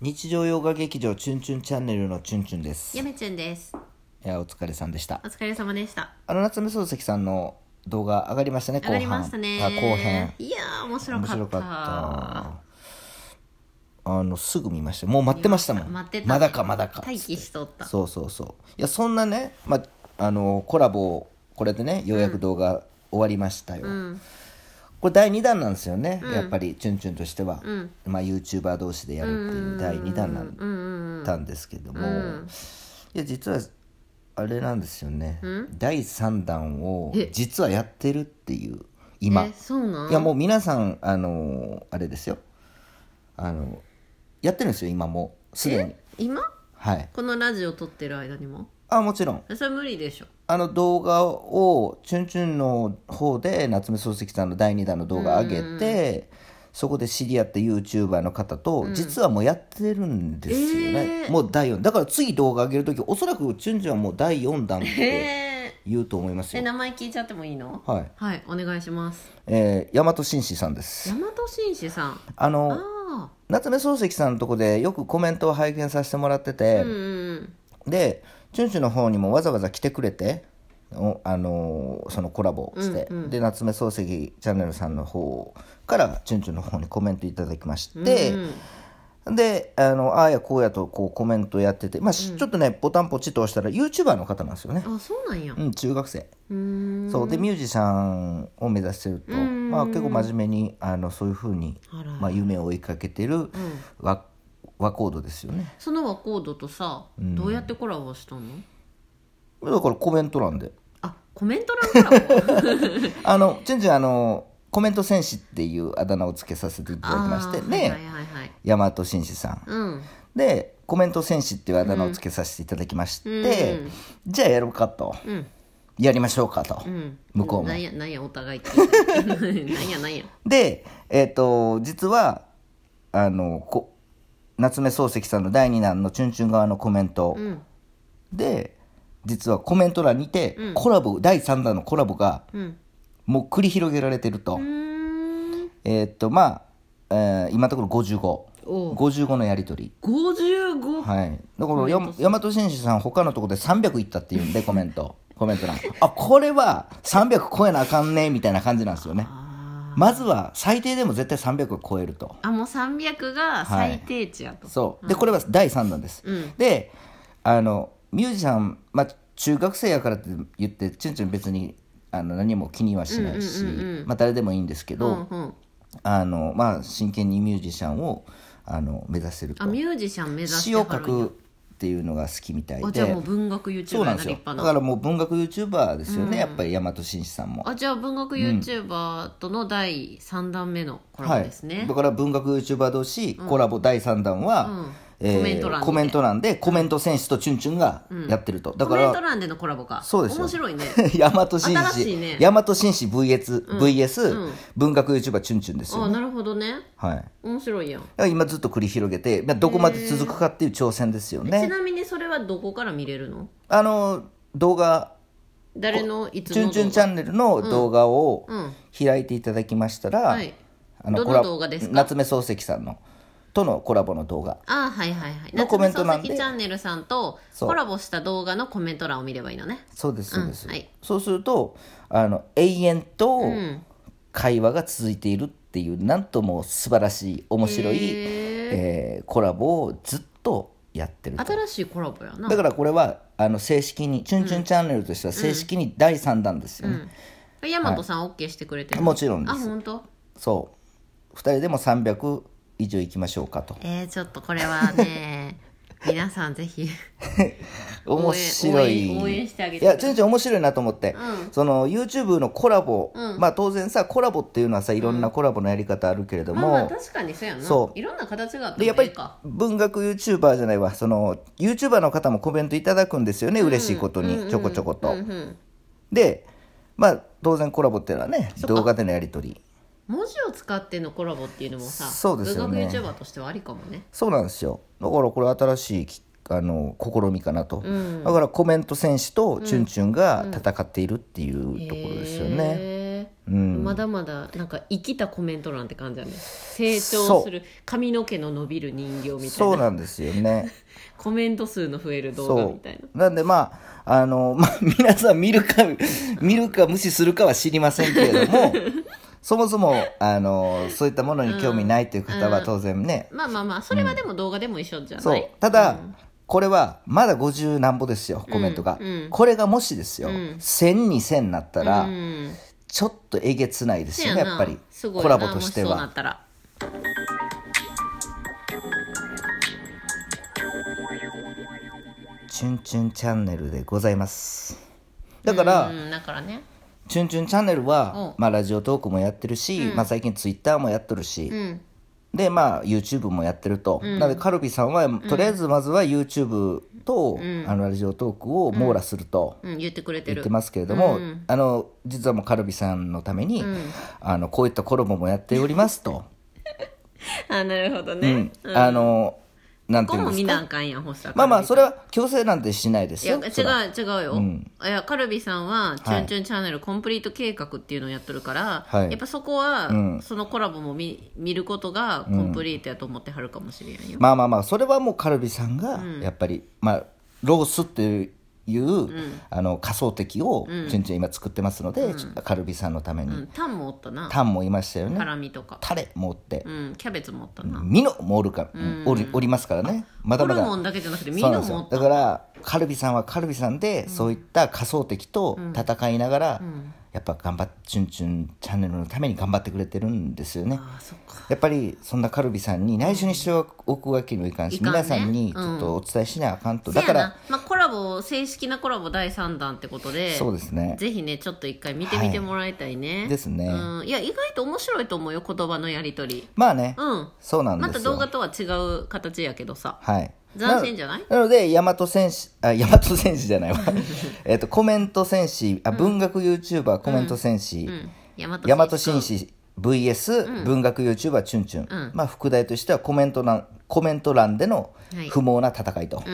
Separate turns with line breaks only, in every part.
日常洋画劇場チュンチュンチャンネルのチュンチュンです
やめちゅんです。
いやお疲れさんでした
お疲れ様でした。
あの夏目漱石さんの動画上がりましたね後
上
半
がりましたね。
あ後編
いやー、面白
面
か
白
った。
かったあのすぐ見ましたもう待ってましたもん
待ってた
まだかまだか
待機しとった。
そうそうそういやそんなね、まあ、あのコラボこれでねようやく動画終わりましたよ、
うん。
これ第2弾なんですよね、やっぱりチュンチュンとしては、
うん
まあ、YouTuber 同士でやるっていう第2弾なん
うんうん
たんですけども、
ん
いや実はあれなんですよね、第3弾を実はやってるっていう
うん。
今
え、そうなん
いやもう皆さんあのあれですよあのやってるんですよ今もうすでに
今
はい
このラジオ撮ってる間にも
あもちろん
それは無理でしょ。
あの動画をチュンチュンの方で夏目漱石さんの第2弾の動画上げてそこで知り合った YouTuber の方と実はもうやってるんですよね、
えー
もう第4だから次動画上げる時おそらくチュンチュンはもう第4弾っ
へ
て
え。
言うと思います
え、
よ
名前聞いちゃってもいいの
はい
はい、お願いします。
えー、大和紳士さんです
大和紳士さん。
あの
あ
夏目漱石さんのとこでよくコメントを拝見させてもらって
あ。
て
うん、うん
でチュンチュンの方にもわざわざ来てくれておあのーそのコラボして、
うんうん
で夏目漱石チャンネルさんの方からチュンチュンの方にコメントいただきまし
うん。
て、
うんうん
であのああやこうやとこうコメントやってて、まあしちょっとねボタンポチッと押したら YouTuber の方なんですよね、
あ、そうなんや。う
うん、中学生
ーん。
そうでミュージシャンを目指してると、
うん
まあ、結構真面目にあのそういうふうに
あら
まあ、夢を追いかけてる和,、和コードですよね
そのワコードとさ、どうやってコラボしたの
だからコメント欄で
あ、コメント欄コラボ
あのチュンチュンあのコメント戦士っていうあだ名をつけさせていただきまして
あー
ね、
はいはいはいはい
大和紳士さん
うん
でコメント戦士っていうあだ名をつけさせていただきまして、
うん
じゃあやろうかと、
ん
やりましょうかと、
うん
向こうも
なんやなんやお互いってなんやなんや
でえっ、と実はあのこ夏目漱石さんの第2弾のチュンチュン側のコメント
うん
で、実はコメント欄にて、コラボ第3弾のコラボが
うん
もう繰り広げられてると、
うーん
えーっとまあ、えー今のところ5555
おう
のやり取り
55
はいだからや大和紳士さん他のところで300いったっていうんでコメントコメント欄あこれは300超えなあかんねみたいな感じなんですよね
あ
まずは最低でも絶対300を超えると
ーあもう300が最低値やと、
そうでこれは第3弾です、
うん
であのミュージシャン、まあ、中学生やからって言ってチュンチュン別にあの何も気にはしないし、
うんうんうんうん
まあ、誰でもいいんですけど、
うんうん
あのまあ、真剣にミュージシャンをあの目指してると
あミュージシャン目指して
詩を書
はるんや
くっていうのが好きみたい
あじゃあもう
で
文学
そうな
YouTuber が
んで
立
すよ
派
だ
な
からもう文学 YouTuber ですよね、やっぱり大和紳士さんも
あじゃあ文学 YouTuber との第3弾目のコラボですね、
だから文学 YouTuber 同士コラボ第3弾は、
うんコメント欄にて
コメント欄でコメント選手とチュンチュンがやってると、だ
コ
か
メ ント
ら
欄でのコラボか
そうですよ
面白いね
大和紳
新し
士、
いね
大和紳士 VS,、VS 文学 YouTuber チュンチュンですよ、
あなるほどね
はいだか
面白いやん
ら今ずっと繰り広げて、まあ、どこまで続くかっていう挑戦ですよ
ち
ね
なみにそれはどこから見れるの
あの動画
誰のいつ
チュ
の
ンチュン
動
チ
画
ャンネルの動画を
うん
開いていただきましたら、
はい
あ
どの
コラボ
動画ですか
夏目漱石さんのとのコラボの動画
ああはいはいはい
の
夏
コ
目
メントな
漱
んで
石チャンネルさんと
そう
コラボした動画のコメント欄を見ればいいのね
そうですそうです、
うんはい
そうするとあの永遠と
ん
会話が続いているっていう、なんとも素晴らしい面白い、
へ
えーコラボをずっとやってると
新しいコラボやな
だからこれはあの正式に「チュンチュンチャンネル」としては正式に第3弾ですよね、
大和さん OK してくれてる
もちろんで
あ
す
本当。
そう2人でも300以上いきましょうかと
えー、ちょっとこれは ね皆さんぜひ
面白
応
い
援応援してあげて
いやちゅんちゅん面白いなと思って、
う
その YouTube のコラボ、まあ当然さコラボっていうのはさいろんなコラボのやり方あるけれど
まあまあ
も、
確かにそうやな
そう
いろんな形があっ
で
ても
やっぱ
いい
り
か
文学 YouTuber じゃないわその YouTuber の方もコメントいただくんですよね、嬉しいことにちょこちょこと、
うんうん
でまあ当然コラボっていうのはね動画でのやり取り
文字を使ってのコラボっていうのもさ
そうですよね
文学 YouTuber としてはありかもね
そうなんですよだからこれ新しいきあの試みかなと、だからコメント戦士とチュンチュンが戦っているっていうところですよね、
へ
うん
まだまだなんか生きたコメント欄って感じだね成長する髪の毛の伸びる人形みたい
そう
な
なんですよね
コメント数の増える動画み
そ
たいな
うなんでまああの、 まあ、皆さん見るか見るか無視するかは知りませんけれど もそもそもあのそういったものに興味ないという方は当然ね、
まあまあまあそれはでも動画でも一緒じゃ
そ
な
う
い、
ただ、これはまだ50何歩ですよコメントが、
うん
これがもしですよ、
うん
10002000になったら、
うん
ちょっとえげつないですよね
せな
やっぱり
すごい
コ
な
ラボとして
もそうな
は
ったら
「チュンチュンチャンネル」でございますだから、
うんだからね
チュンチュンチャンネルは
うん、
まあ、ラジオトークもやってるし、まあ、最近ツイッターもやっとるし、
うん
で、まあ、YouTube もやってると。なので、カルビさんは、とりあえずまずは YouTube と、あの、ラジオトークを網羅すると
うん言ってくれて
言
る
ってますけれども、あの、実はもうカルビさんのために、あの、こういったコラボもやっておりますと。
あなるほど
う
ね
ん、あの、なん
こ
ていう
こ
ん
も
で
見
す
なあ
か。
かんやんほした
まあまあ、それは強制なんてしないです
いや
よ。
違う
そら
違うよ、いやカルビさんは「チュンチュンチャンネルコンプリート計画」っていうのをやってるから、
はい
やっぱそこは、
ん
そのコラボも見見ることがコンプリートやと思ってはるかもしれんよ、
まあまあまあそれはもうカルビさんがやっぱり、まあロースっていう、あの仮想敵をちゅんちゅん今作ってますので、カルビさんのために、
うん、タンもおったな
タンもいましたよね
辛みとか、
タレもおって
うん、キャベツもおったな、
ミノもおるから、おりおりますからねまだ
ホ
ま
ル
だ
モンだけじゃなくてミ
そうなん
ノ
です
もお
よ
った
だからカルビさんはカルビさんで、そういった仮想敵と戦いながら、やっぱ頑張ってチュンチュンチャンネルのために頑張ってくれてるんですよね
あそっか
やっぱりそんなカルビさんに内緒にしておくわけにもいかんし、
いかんね
皆さんにちょっとお伝えしなあかんと、
せ
だ
や
か
な
ら
まあ、コラボ正式なコラボ第3弾ってことで
そうですね
ぜひねちょっと一回見てみてもらいたいね、
いですね
うん、いや意外と面白いと思うよ言葉のやり取り
まあね、
うん
そうなん
ま
で
た
すよ、
動画とは違う形やけどさ
はい
斬新じゃない
なので大和戦士あ大和戦士じゃないわ えっとコメント戦士あ文学 YouTuber コメント戦士、
うん大和
大和紳士 VS 文学 YouTuber チュンチュン、まあ副題としてはコメント欄コメント欄での
はい
不毛な戦いと
う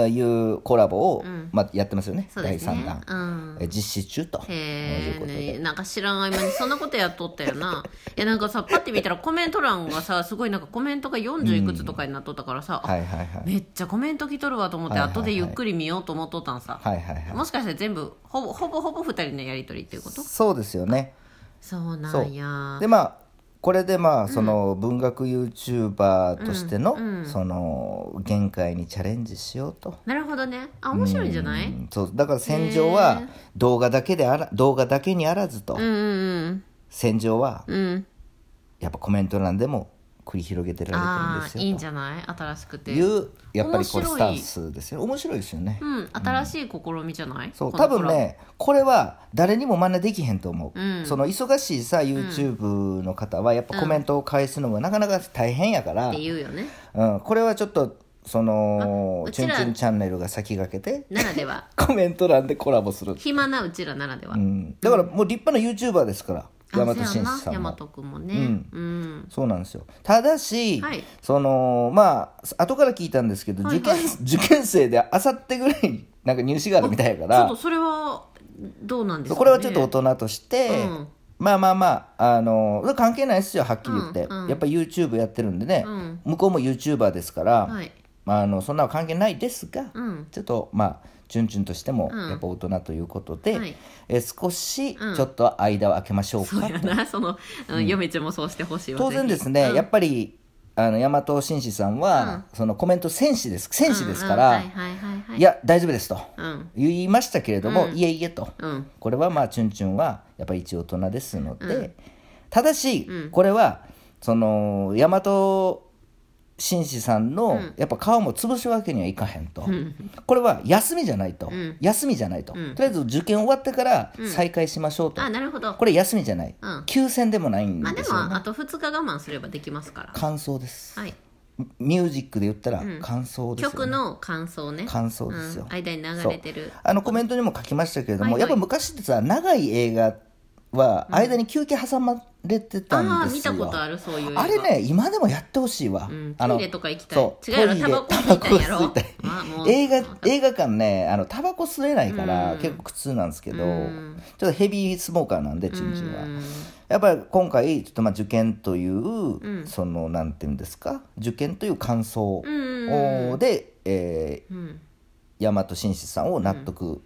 ん
いうコラボを、まあ、やってますよね
そう
第
ですね
3弾、
うん
え実施中という
へ
ことで。
えなんか知らん間にそんなことやっとったよな いやなんかさパッて見たらコメント欄がさすごいなんかコメントが40いくつとかになっとったからさ、あ
はいはいはい。
めっちゃコメント来とるわと思っ
は
て
いはいはい
後でゆっくり見ようと思っとったんさ、
はいはいはい。
もしかして全部ほぼほぼほぼ2人のやり取りっていうこと
そうですよね。
そうな
そ
んや
う。でまあこれでまあその文学 YouTuber としてのその限界にチャレンジしようと。
なるほどねあ面白いんじゃない、
うんそうだから戦場は動画だけであら動画だけにあらずと、
うん、うん
戦場は
うんうん
やっぱコメント欄でも繰り広げてられてるん
あ
です
あ
よ
いいんじゃない新しく
と
て
いうやっぱりこう
面白い
スタンスですよね面白いですよね、
うん、新しい試みじゃない、
そう
こ
多
の
分ねこれは誰にも真似できへんと思う、
うん
その忙しいさ YouTube の方はやっぱコメントを返すのもなかなか大変やから、
コラボ
う
って
ん
言うよね
これはちょっとその
まう
「チュン
ちら
チュンチャンネル」が先駆けて
なら では
コメント欄でコラボする、
暇なうちらならでは、
うん、だからもう立派な YouTuber ですから
あ
大和
そうや
紳士
な
さんも
大和君もねうん、
そうなんですよただし、
はい
そのまあ後から聞いたんですけど、
はい
受験受験生であさってぐらいになんか入試があるみたいやか
ちょっ
ら
とそれはどうなんですか、ね、
これはちょっと大人として、
うん
まあまあまあ、あの関係ないですよはっきり言って、やっぱ YouTube やってるんでね、
うん
向こうも YouTuber ですから、
はい
まあ、あのそんなの関係ないですが、
うん
ちょっとまあチュンチュンとしても
うん
やっぱ大人ということで、
はい
え少し
うん
ちょっと間を空けましょう
そう
か、
や なその、うん、嫁ちゃんもそうしてほしいわ
当然ですね、やっぱりあの大和紳士さんは、そのコメント戦士です戦士ですから、
うんうんはいはいはいはい
いや大丈夫ですと
うん
言いましたけれども、
うん
いえいえと。
うん
これはまあチュンチュンはやっぱり一応大人ですので、ただし、
うん
これはその大和紳士さんの
ん
やっぱ顔も潰すわけにはいかへんと、
ん
これは休みじゃないと、
ん
休みじゃないと、
うん
とりあえず受験終わってから再開しましょうと、
あなるほど
これ休みじゃない、
うん
休戦でもないん
まあで
です
も、
よね、
あと2日我慢すればできますから
感想です
はい
ミュージックで言ったら
ん
感想ですよね、
曲の感想ね
感想ですよ
うん間に流れてる
あのコメントにも書きましたけれども、
はいはい
やっぱ昔ってさ長い映画は間に休憩挟まれてた
ああ
ん
ー
で
見
すよ、
たことあるそういう映画
あれね今でもやってほしいわ、
うん
あ
トイレとか行きたい
そう
違うやろ
トイレ
タバコ吸いたいんや
タバ
ろ
コ吸いたい
あもう
映画
わかった
映画館ねあのタバコ吸えないから、
うん
結構苦痛なんですけど、
うん
ちょっとヘビースモーカーなんでチンチンは、
うん
やっぱり今回ちょっとまあ受験という、
ん
そのなんていうんですか受験という感想
うん
をで、えー
うん
大和紳士さんを納得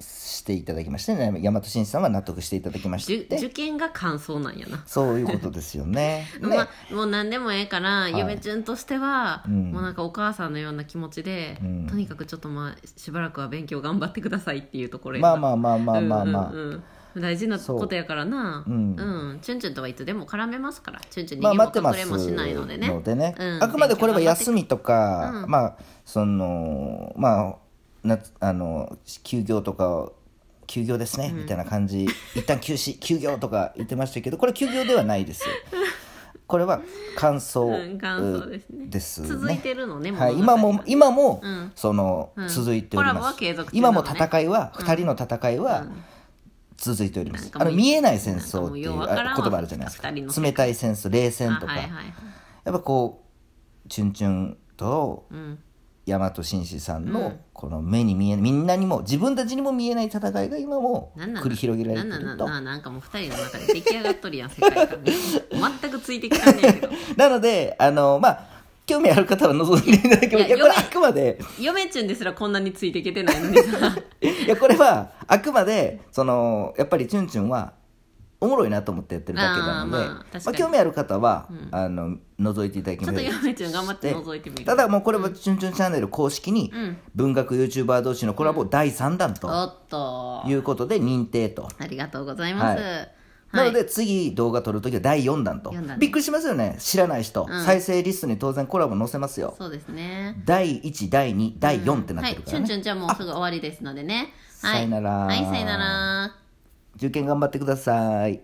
していただきまして、ね大和紳士さんは納得していただきま
じゅ
して
受験が感想なんやな、
そういうことですよね。ね
まあ、もう何でもええから、
い
ゆめちゅんとしては、
うん
もうなんかお母さんのような気持ちで、
うん
とにかくちょっとまあしばらくは勉強頑張ってくださいっていうところやな
まあまあまあまあまあまあ、
うんうんうん大事なことやからな
そううん
んチュンチュンとはいつでも絡めますからチュンチュン
まあ
逃げ
待って
も
ま
隠れ
す
もしないのでね,、
のでね
うん
あくまでこれは休みとか、
うん
まあそのまあなあの休業とか休業ですね、みたいな感じ一旦休止休業とか言ってましたけどこれ休業ではないですよこれは感想、
うん感想ですね
ですね
続いてるのね
はい、
物語
今も今も、
うん
その、
ん
続いており
コラボ
ま
は
す、
継続中な
今も
のね
戦いは、二人の戦いは、続いておりま
なん
す
か
あ
もう
の見えない戦争ってい
なんかもうよう
う
わ
あ
からんわ
言葉あるじゃないですか
二人の世
冷
界
たい戦争冷戦とか、
あはいはいはい
やっぱこうチュンチュンと
うん
大和紳士さん
う
の
ん
この目に見えみんなにも自分たちにも見えない戦いが今も
なんなん
繰り広げられ
なん
て
な
る
ん
と
なんなんなんかもう二人の中で出来上がっ とるやん世界観ね全くついてきたねんけど
なのであのまあ興味ある方は望んでいただければ
い
い
や
やこれ
読
あ
め
くまで
嫁ちゅんですらこんなについていけてないのにさ
いやこれはあくまでそのやっぱりチュンチュンはおもろいなと思ってやってるだけなので
あーまあ確かに
興味ある方は、あの覗いていただき
ちょっと
れば
嫁ちゅん頑張って覗いてみる
ただもうこれは「チュンチュンチャンネル」公式に
ん
文学 YouTuber 同士のコラボ第3弾と
おっと
いうことで認定と、
ありがとうございます、
は
はい
なので次動画撮るときは第4弾と
四弾ね
びっくりしますよね知らない人、
うん
再生リストに当然コラボ載せますよ
そうですね
第1第2第4ってなってるから
はい、チュン
ね、
チュンじゃもうすぐ終わりですのでね。は
さ
い、
よなら
はい、さよなら。
受験頑張ってください